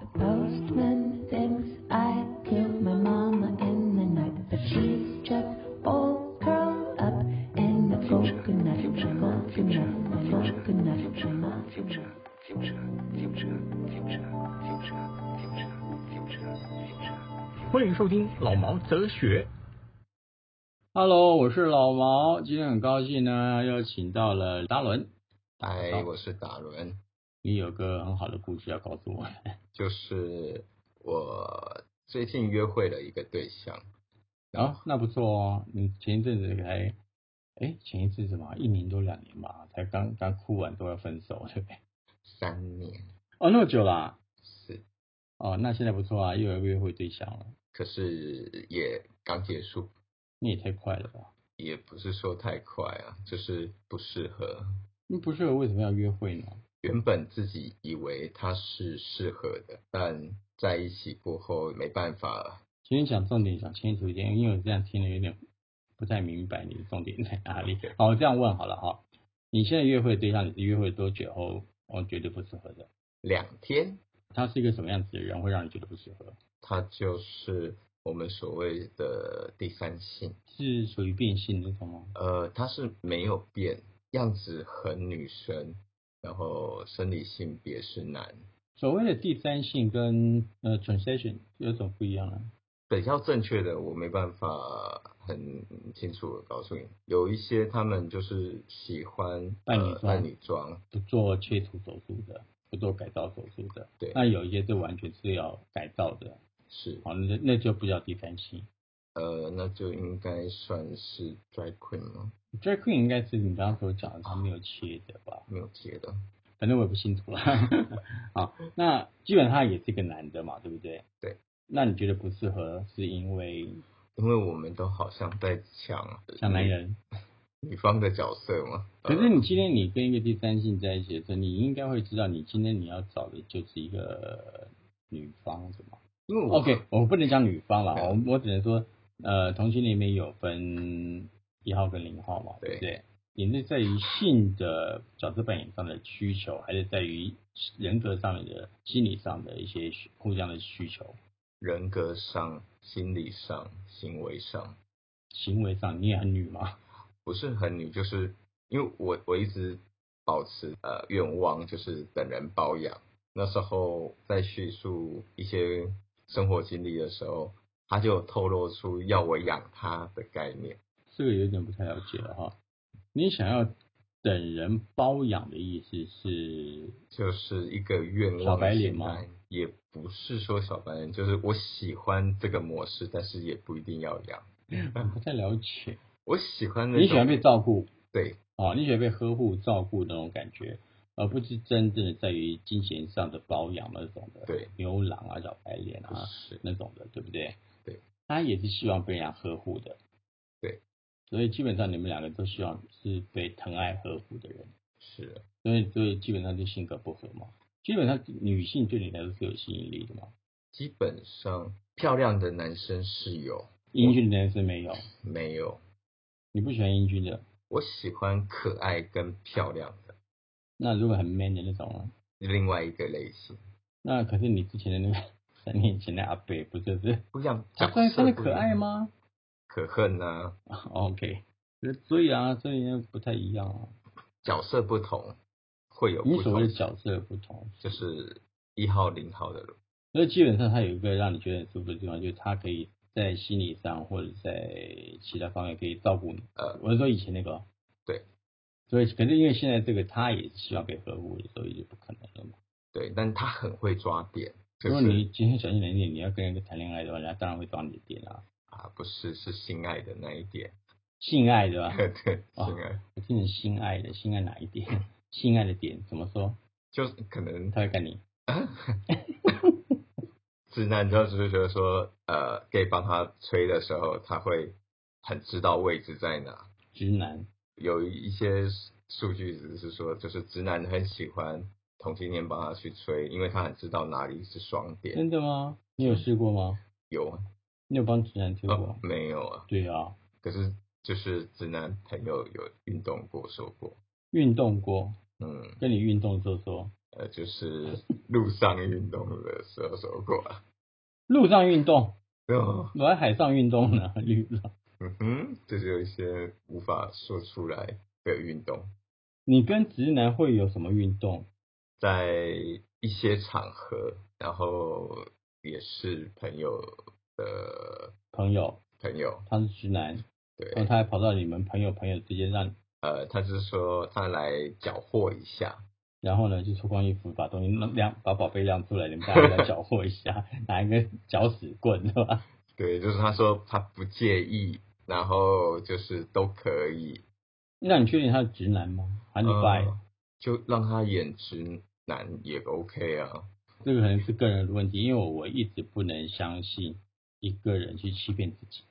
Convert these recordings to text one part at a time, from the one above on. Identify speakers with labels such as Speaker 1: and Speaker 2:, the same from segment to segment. Speaker 1: The postman thinks I killed my mama in the night, but she's just all curled up in the coconut, the coconut, the coconut, the coconut.
Speaker 2: Hello，
Speaker 3: 欢迎收听老毛哲学。
Speaker 2: 我是老毛，今天很高兴呢，又请到了达伦。
Speaker 3: 嗨，哎我是达伦，
Speaker 2: 你有个很好的故事要告诉我，
Speaker 3: 就是我最近约会了一个对象，
Speaker 2: 然、后那不错哦。你前一阵子才，哎，前一阵子嘛，一年多两年吧，才刚刚哭完都要分手，对不对？
Speaker 3: 三年
Speaker 2: 哦，那么久啦、
Speaker 3: 啊是，
Speaker 2: 哦，那现在不错啊，又有约会对象了，
Speaker 3: 可是也刚结束，
Speaker 2: 你也太快了吧？
Speaker 3: 也不是说太快啊，就是不适合。
Speaker 2: 你不适合为什么要约会呢？
Speaker 3: 原本自己以为他是适合的，但在一起过后没办法，
Speaker 2: 请你讲重点，讲清楚一点，因为我这样听了有点不太明白你的重点在哪里。好，我这样问好了哈，你现在约会对象你是约会多久后，哦，觉得不适合的？
Speaker 3: 两天
Speaker 2: 他是一个什么样子的人，会让你觉得不适合？
Speaker 3: 他就是我们所谓的第三性。
Speaker 2: 是属于变性那种吗？
Speaker 3: 呃，她是没有变，样子很女生，然后生理性别是男，
Speaker 2: 所谓的第三性跟呃 transition 有什么不一样啊？
Speaker 3: 比较正确的我没办法很清楚的告诉你，有一些他们就是喜欢
Speaker 2: 伴侣
Speaker 3: 呃
Speaker 2: 装
Speaker 3: 伴侣装，
Speaker 2: 不做切除手术的，不做改造手术的，
Speaker 3: 对
Speaker 2: 那有一些是完全是要改造的，
Speaker 3: 是
Speaker 2: 好，那那就不叫第三性。
Speaker 3: 呃，那就应该算是 drag queen 了，
Speaker 2: drag queen 应该是你刚刚所讲的，他没有切的吧？
Speaker 3: 没有接的，
Speaker 2: 反正我也不清楚了。好，那基本上他也是一个男的嘛，对不对？
Speaker 3: 对。
Speaker 2: 那你觉得不适合，是因为
Speaker 3: 因为我们都好像在抢
Speaker 2: 像男
Speaker 3: 女
Speaker 2: 人？
Speaker 3: 女方的角色嘛，
Speaker 2: 可是
Speaker 3: 嗯呃
Speaker 2: 你今天你跟一个第三性在一起的时候，你应该会知道，你今天你要找的就是一个女方，是吗
Speaker 3: 因为我
Speaker 2: ？OK，我啊不能讲女方啦，我
Speaker 3: 嗯
Speaker 2: 我只能说，呃，同性恋里面有分一号跟零号嘛，对不对？你是在于性的角色扮演上的需求，还是在于人格上面的、心理上的一些需互相的需求？
Speaker 3: 人格上、心理上、行为上。
Speaker 2: 行为上你也很女嘛，
Speaker 3: 不是很女，就是因为我我一直保持呃愿望，就是等人包养。那时候在叙述一些生活经历的时候，他就透露出要我养他的概念。
Speaker 2: 这个有点不太了解了哈。你想要等人包养的意思是，
Speaker 3: 就是一个愿望，
Speaker 2: 小白脸吗？
Speaker 3: 也不是说小白脸，就是我喜欢这个模式，但是也不一定要养。
Speaker 2: 我不太了解。
Speaker 3: 我喜欢那种
Speaker 2: 你喜欢被照顾
Speaker 3: 对
Speaker 2: 哦，你喜欢被呵护、照顾那种感觉，而不是真正的在于金钱上的包养那种的，
Speaker 3: 对，
Speaker 2: 牛郎啊、小白脸
Speaker 3: 不
Speaker 2: 啊
Speaker 3: 是
Speaker 2: 那种的，对不对？
Speaker 3: 对，
Speaker 2: 他也是希望被人家呵护的，
Speaker 3: 对，
Speaker 2: 所以基本上你们两个都希望是被疼爱呵护的人。
Speaker 3: 是的
Speaker 2: 所以所以基本上就性格不合嘛。基本上女性对你来说是有吸引力的嘛，
Speaker 3: 基本上漂亮的男生是有
Speaker 2: 英俊的男生没有，
Speaker 3: 没有？
Speaker 2: 你不喜欢英俊的，
Speaker 3: 我喜欢可爱跟漂亮的
Speaker 2: 那如果很 man 的那种啊，
Speaker 3: 另外一个类型，
Speaker 2: 那可是你之前的那个 三年前的阿北不就是
Speaker 3: 不一样。
Speaker 2: 他
Speaker 3: 角
Speaker 2: 算
Speaker 3: 色
Speaker 2: 算啊是
Speaker 3: 不一
Speaker 2: 可
Speaker 3: 样
Speaker 2: 爱？吗
Speaker 3: 可恨啊，
Speaker 2: ？OK，所以啊，所以不太一样啊。
Speaker 3: 角色不同会有
Speaker 2: 你
Speaker 3: 不
Speaker 2: 所
Speaker 3: 同
Speaker 2: 谓的，角色不同，
Speaker 3: 就是一号零号的
Speaker 2: 所以基本上他有一个让你觉得很舒服的地方，就是他可以在心理上或者在其他方面可以照顾你。
Speaker 3: 呃，
Speaker 2: 我是说以前那个。
Speaker 3: 对。
Speaker 2: 所以，可是因为现在这个他也是希望被呵护的，所以就不可能了嘛。
Speaker 3: 对，但他很会抓点，就
Speaker 2: 如果
Speaker 3: 是
Speaker 2: 你今天小心一点，你要跟一个谈恋爱的话，人家当然会抓你的点啊，
Speaker 3: 啊，不是是性爱的那一点，
Speaker 2: 性爱对吧？
Speaker 3: 对，
Speaker 2: 哦
Speaker 3: 性爱
Speaker 2: 我听成性爱的，性爱哪一点？ 性爱的点怎么说？
Speaker 3: 就是可能
Speaker 2: 他会干你？
Speaker 3: 直男就只是觉得说，呃，gay 帮他吹的时候，他会很知道位置在哪，
Speaker 2: 直男
Speaker 3: 有一些数据只是说，就是直男很喜欢同性恋帮他去吹，因为他很知道哪里是双点。
Speaker 2: 真的吗？你有试过吗？
Speaker 3: 有啊，哦
Speaker 2: 你有帮直男推过？
Speaker 3: 没有啊？
Speaker 2: 对啊，
Speaker 3: 可是就是直男朋友有运动过说过，
Speaker 2: 运动过，
Speaker 3: 嗯，
Speaker 2: 跟你运动说说，
Speaker 3: 呃，就是路上运动的时候说过啊，
Speaker 2: 路上运动，
Speaker 3: 哦，
Speaker 2: 我在海上运动呢，绿了。
Speaker 3: 嗯哼，这就有一些无法说出来的运动，
Speaker 2: 你跟直男会有什么运动？
Speaker 3: 在一些场合，然后也是朋友的
Speaker 2: 朋友，
Speaker 3: 朋友，
Speaker 2: 他是直男，然
Speaker 3: 对
Speaker 2: 后，他还跑到你们朋友朋友之间让，
Speaker 3: 呃，他是说他来缴获一下，
Speaker 2: 然后呢就脱光衣服把东西弄亮，把宝贝亮出来，你们大家来搅和一下， 拿一根搅屎棍是吧？
Speaker 3: 对，就是他说他不介意，然后就是都可以，
Speaker 2: 那你确定他是直男吗？还是 bi？、
Speaker 3: 呃就让他演直男也 OK 啊。
Speaker 2: 这个可能是个人的问题，因为我我一直不能相信一个人去欺骗自己。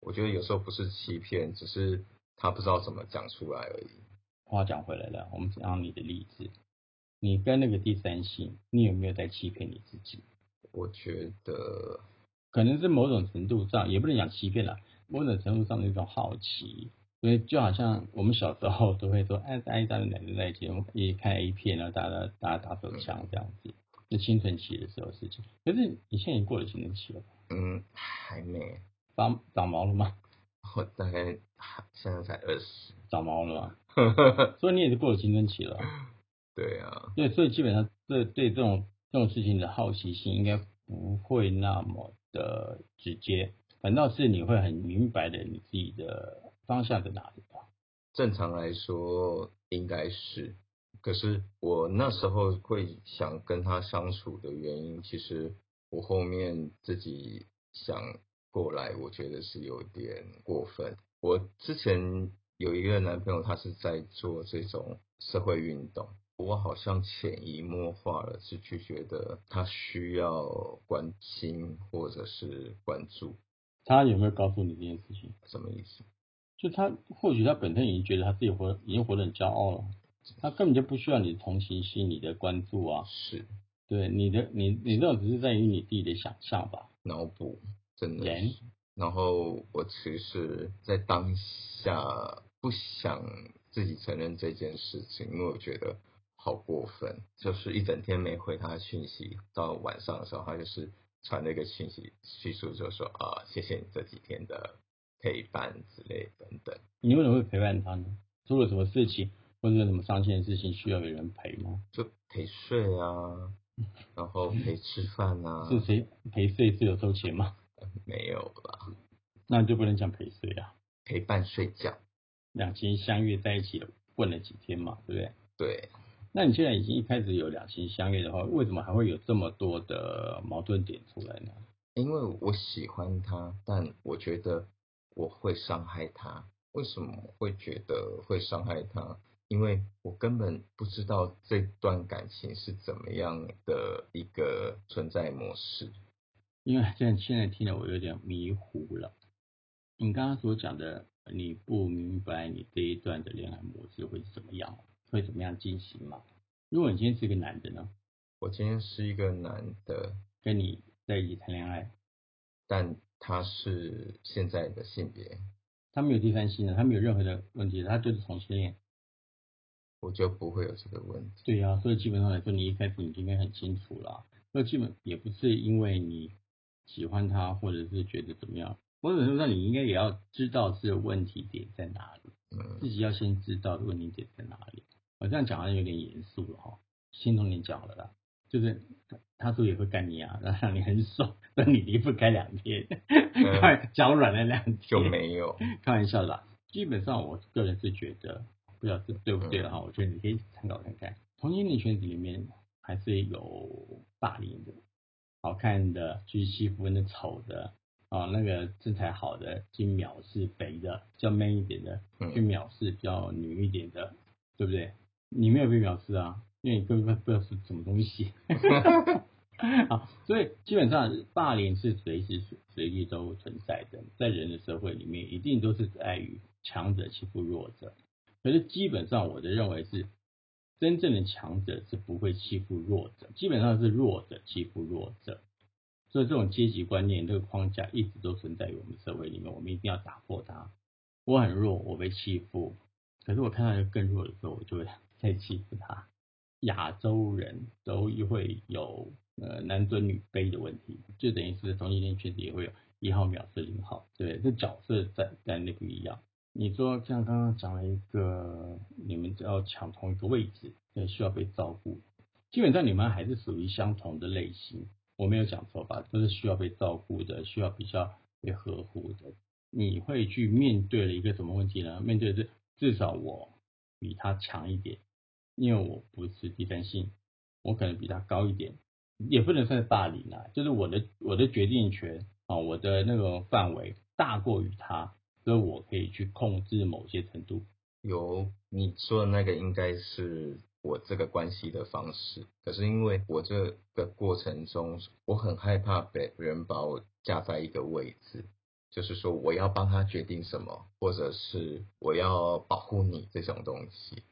Speaker 3: 我觉得有时候不是欺骗，只是他不知道怎么讲出来而已。
Speaker 2: 话讲回来了，我们讲你的例子，你跟那个第三性，你有没有在欺骗你自己？
Speaker 3: 我觉得，
Speaker 2: 可能是某种程度上，也不能讲欺骗了，某种程度上的一种好奇。所以就好像我们小时候都会说， 哎，大一、大二、奶奶在一起，一看 A 片，然后大家都大家打手枪这样子，是青春期的时候的事情。可是你现在已经过了青春期了吧，
Speaker 3: 嗯，还没，
Speaker 2: 长长毛了吗？
Speaker 3: 我大概现在才二十。
Speaker 2: 长毛了吗？所以你也是过了青春期了。
Speaker 3: 对啊，
Speaker 2: 对，所以基本上对对这种这种事情的好奇心应该不会那么的直接，反倒是你会很明白的你自己的方向在哪里吧。
Speaker 3: 正常来说应该是，可是我那时候会想跟他相处的原因，其实我后面自己想过来，我觉得是有点过分。我之前有一个男朋友，他是在做这种社会运动，我好像潜移默化了是去觉得他需要关心或者是关注，
Speaker 2: 他有没有告诉你这件事情？
Speaker 3: 什么意思？
Speaker 2: 就他或许他本身已经觉得他自己活已经活得很骄傲了，他根本就不需要你的同情心、你的关注啊。
Speaker 3: 是
Speaker 2: 对你的你你这种只是在于你自己的想象吧。
Speaker 3: 脑补，真的是
Speaker 2: 人
Speaker 3: 然后我其实，在当下不想自己承认这件事情，因为我觉得好过分，就是一整天没回他讯息，到晚上的时候，他就是传了一个讯息，叙述就说啊，谢谢你这几天的陪伴之类等等。
Speaker 2: 你为什么会陪伴他呢？做了什么事情或者有什么伤心的事情需要有人陪吗？
Speaker 3: 就陪睡啊，然后陪吃饭啊，
Speaker 2: 是谁陪睡是有收钱吗？
Speaker 3: 没有吧？
Speaker 2: 那你就不能讲陪睡啊。
Speaker 3: 陪伴睡觉，
Speaker 2: 两情相悦在一起也混了几天嘛，对不对？
Speaker 3: 对，
Speaker 2: 那你现在已经一开始有两情相悦的话，为什么还会有这么多的矛盾点出来呢？
Speaker 3: 因为我喜欢他，但我觉得我会伤害他。为什么会觉得会伤害他？因为我根本不知道这段感情是怎么样的一个存在模式。
Speaker 2: 因为现在现在听得我有点迷糊了。你刚刚所讲的，你不明白你这一段的恋爱模式会是怎么样，会怎么样进行嘛？如果你今天是个男的呢，
Speaker 3: 我今天是一个男的，
Speaker 2: 跟你在一起谈恋爱，
Speaker 3: 但他是现在的性别，
Speaker 2: 他没有第三性的，他没有任何的问题，他就是同性恋，
Speaker 3: 我就不会有这个问题。
Speaker 2: 对呀、所以基本上来说，你一开始你就应该很清楚啦。那基本也不是因为你喜欢他，或者是觉得怎么样，某种程度上你应该也要知道是问题点在哪里，
Speaker 3: 嗯，
Speaker 2: 自己要先知道问题点在哪里。我这样讲好像有点严肃了哈，心中你讲了啦，就是他他说也会干你啊，然后让你很爽，让你离不开两天， 快脚软了两天，
Speaker 3: 就没有。
Speaker 2: 开玩笑的啦，基本上我个人是觉得，不知道是对不对的哈，我觉得你可以参考看看。同性恋圈子里面还是有霸凌的，好看的去欺负那丑的啊，那个身材好的去藐视肥的，比较 man 一点的去
Speaker 3: 嗯，
Speaker 2: 藐视比较女一点的，对不对？你没有被藐视啊，因为你根本不知道是什么东西。好，所以基本上霸凌是随时随地都存在的，在人的社会里面，一定都是在于强者欺负弱者。可是基本上，我的认为是，真正的强者是不会欺负弱者，基本上是弱者欺负弱者。所以这种阶级观念、这个框架一直都存在于我们社会里面，我们一定要打破它。我很弱，我被欺负，可是我看到一个更弱的时候，我就会 再欺负他。亚洲人都会有呃男尊女卑的问题，就等于是同性恋确实也会有一号藐视零号，对不对？这角色在在那不一样。你说像刚刚讲了一个，你们只要抢同一个位置，对，需要被照顾，基本上你们还是属于相同的类型，我没有讲错吧？都是需要被照顾的，需要比较被呵护的。你会去面对了一个什么问题呢？面对的是至少我比他强一点，因为我不是第三性，我可能比他高一点，也不能算是霸凌啊，就是我的我的决定权啊，我的那个范围大过于他，所以我可以去控制某些程度。
Speaker 3: 有你说的那个应该是我这个关系的方式，可是因为我这个过程中，我很害怕被人把我架在一个位置，就是说我要帮他决定什么，或者是我要保护你这种东西。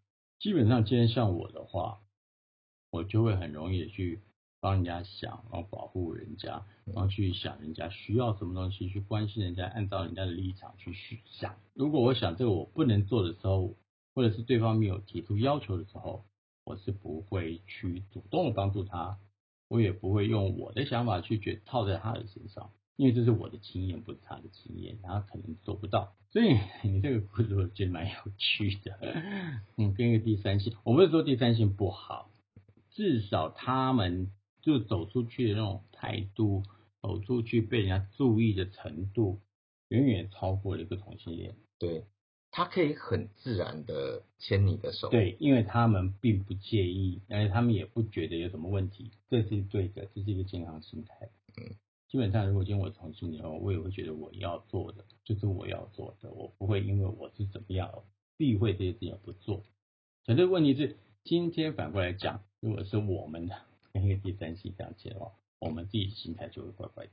Speaker 2: 基本上今天像我的话，我就会很容易的去帮人家想，然后保护人家，然后去想人家需要什么东西，去关心人家，按照人家的立场去去想。如果我想这个我不能做的时候，或者是对方没有提出要求的时候，我是不会去主动帮助他，我也不会用我的想法去觉套在他的身上，因为这是我的经验，不是他的经验，他可能做不到。所以你这个故事我觉得蛮有趣的，嗯，跟一个第三性，我不是说第三性不好，至少他们就走出去的那种态度，走出去被人家注意的程度，远远超过了一个同性恋。
Speaker 3: 对，他可以很自然的牵你的手。，
Speaker 2: 对，因为他们并不介意，而且他们也不觉得有什么问题，这是对的，这是一个健康心态。
Speaker 3: 嗯，
Speaker 2: 基本上如果今天我同性恋，我也会觉得我要做的就是我要做的，我不会因为我是怎么样而避讳这些事情而不做。可是问题是，今天反过来讲，如果是我们的跟一个第三性这样讲的话，我们自己心态就会怪怪的，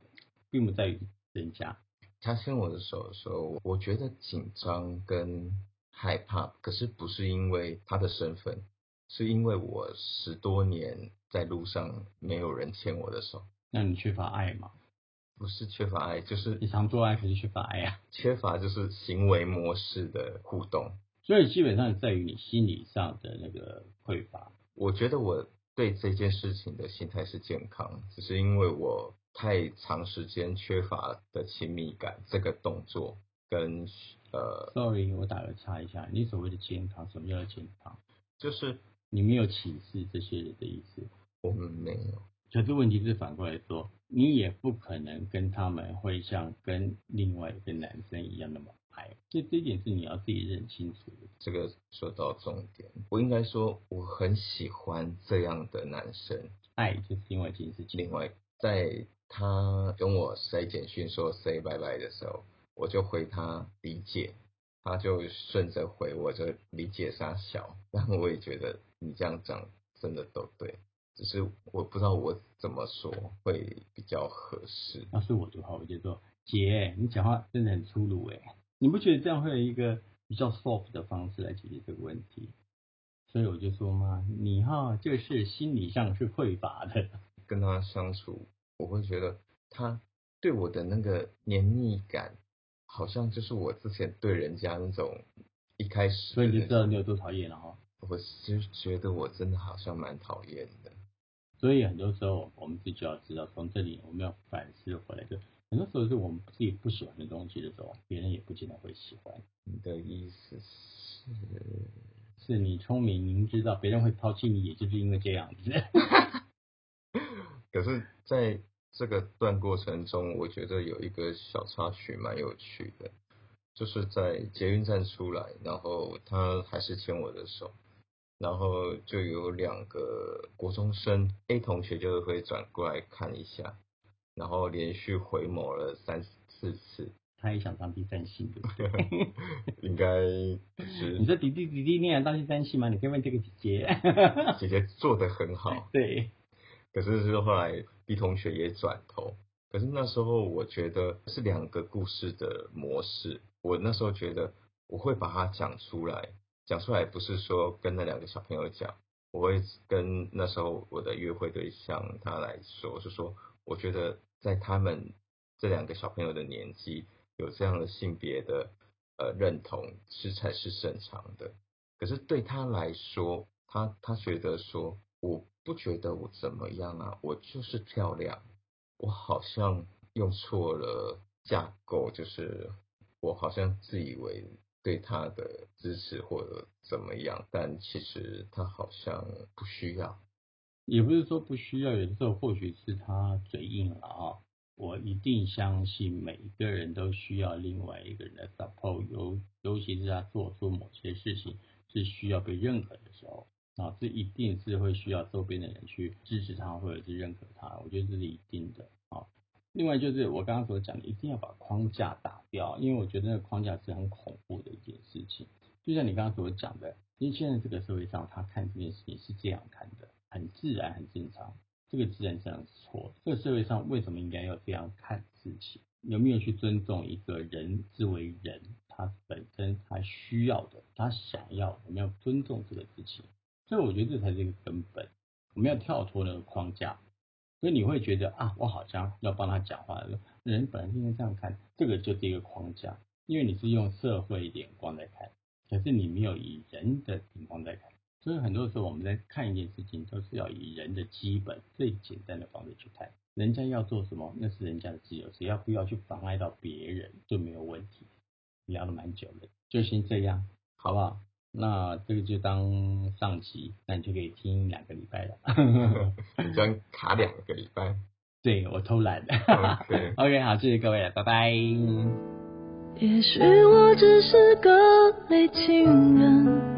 Speaker 2: 并不在于人家。
Speaker 3: 他牵我的手的时候，我觉得紧张跟害怕，可是不是因为他的身份，是因为我十多年在路上没有人牵我的手，
Speaker 2: 那你缺乏爱嘛？
Speaker 3: 不是缺乏爱，就是
Speaker 2: 你常做爱可是缺乏爱啊。
Speaker 3: 缺乏就是行为模式的互动。
Speaker 2: 所以基本上在于你心理上的那个匮乏。
Speaker 3: 我觉得我对这件事情的心态是健康，只是因为我太长时间缺乏的亲密感这个动作跟呃，
Speaker 2: Sorry，我打个岔一下，你所谓的健康，什么叫做健康？
Speaker 3: 就是
Speaker 2: 你没有歧视这些人的意思，
Speaker 3: 我们没有
Speaker 2: 可是问题是反过来说，你也不可能跟他们会像跟另外一个男生一样那么爱，这这一点是你要自己认清楚的。
Speaker 3: 这个说到重点，我应该说我很喜欢这样的男生。
Speaker 2: 爱就是另外一件事情。
Speaker 3: 另外，在他跟我塞简讯说 say 拜拜的时候，我就回他理解，他就顺着回我就理解他小，但我也觉得你这样讲真的都对，只是我不知道我怎么说会比较合适。
Speaker 2: 要是我的话，我就说姐，你讲话真的很粗鲁哎，你不觉得这样会有一个比较 soft 的方式来解决这个问题？所以我就说嘛，你哈就是心理上是匮乏的，
Speaker 3: 跟他相处，我会觉得他对我的那个黏腻感，好像就是我之前对人家那种一开始
Speaker 2: 所以
Speaker 3: 的
Speaker 2: 你就
Speaker 3: 那
Speaker 2: 知道
Speaker 3: 种，
Speaker 2: 你有多讨厌了哈。
Speaker 3: 我就觉得我真的好像蛮讨厌的。
Speaker 2: 所以很多时候我们自己就要知道，从这里我们要反思回来，就很多时候是我们自己不喜欢的东西的时候，别人也不见得会喜欢。
Speaker 3: 你的意思是，
Speaker 2: 是你聪明，明知道别人会抛弃你，也就是因为这样子。
Speaker 3: 可是在这个段过程中，我觉得有一个小插曲蛮有趣的，就是在捷运站出来，然后他还是牵我的手，然后就有两个国中生 A 同学就会转过来看一下，然后连续回眸了三四次，
Speaker 2: 他也想当第三性，对不对？
Speaker 3: 应该是
Speaker 2: 你说迪弟迪弟，你想当第三性吗？你可以问这个姐姐。
Speaker 3: 姐姐做的很好。
Speaker 2: 对，
Speaker 3: 可是是后来 B 同学也转头，可是那时候我觉得是两个故事的模式。我那时候觉得我会把它讲出来，讲出来不是说跟那两个小朋友讲，我会跟那时候我的约会对象他来说，是说我觉得在他们这两个小朋友的年纪有这样的性别的呃认同是才是正常的。可是对他来说，他他觉得说，我不觉得我怎么样啊，我就是漂亮，我好像用错了架构，就是我好像自以为对他的支持或者怎么样，但其实他好像不需要。
Speaker 2: 也不是说不需要，有的时候或许是他嘴硬了啊、我一定相信每一个人都需要另外一个人的 support，尤尤其是他做出某些事情是需要被认可的时候，啊，这一定是会需要周边的人去支持他或者是认可他，我觉得这是一定的啊。另外就是我刚刚所讲的，一定要把框架打掉，因为我觉得那个框架是很恐怖的一件事情。就像你刚刚所讲的，因为现在这个社会上，他看这件事情是这样看的，很自然，很正常。这个自然这样是错的。这个社会上为什么应该要这样看自己？有没有去尊重一个人之为人，他本身他需要的，他想要的，我们要尊重这个自己。所以我觉得这才是一个根本。我们要跳脱那个框架，所以你会觉得啊，我好像要帮他讲话了。人本来就应该这样看，这个就是一个框架，因为你是用社会眼光在看，可是你没有以人的眼光在看。所以很多时候我们在看一件事情，都是要以人的基本最简单的方式去看。人家要做什么，那是人家的自由，只要不要去妨碍到别人，就没有问题。聊了蛮久了，就先这样，好不好？那这个就当上集，那你就可以听两个礼拜了。
Speaker 3: 这样卡两个礼拜。
Speaker 2: 对我偷懒。
Speaker 3: OK
Speaker 2: OK，好，谢谢各位了，拜拜。
Speaker 1: 也许我只是个没情人。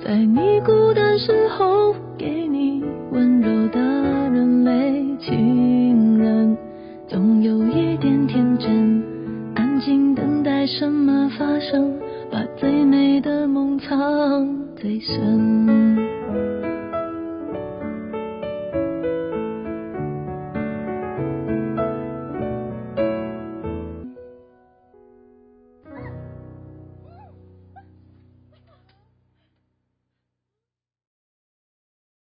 Speaker 1: 在你孤单时候，给你温柔的人没情人，总有一点天真，安静等待什么发生，把最美的梦藏最深。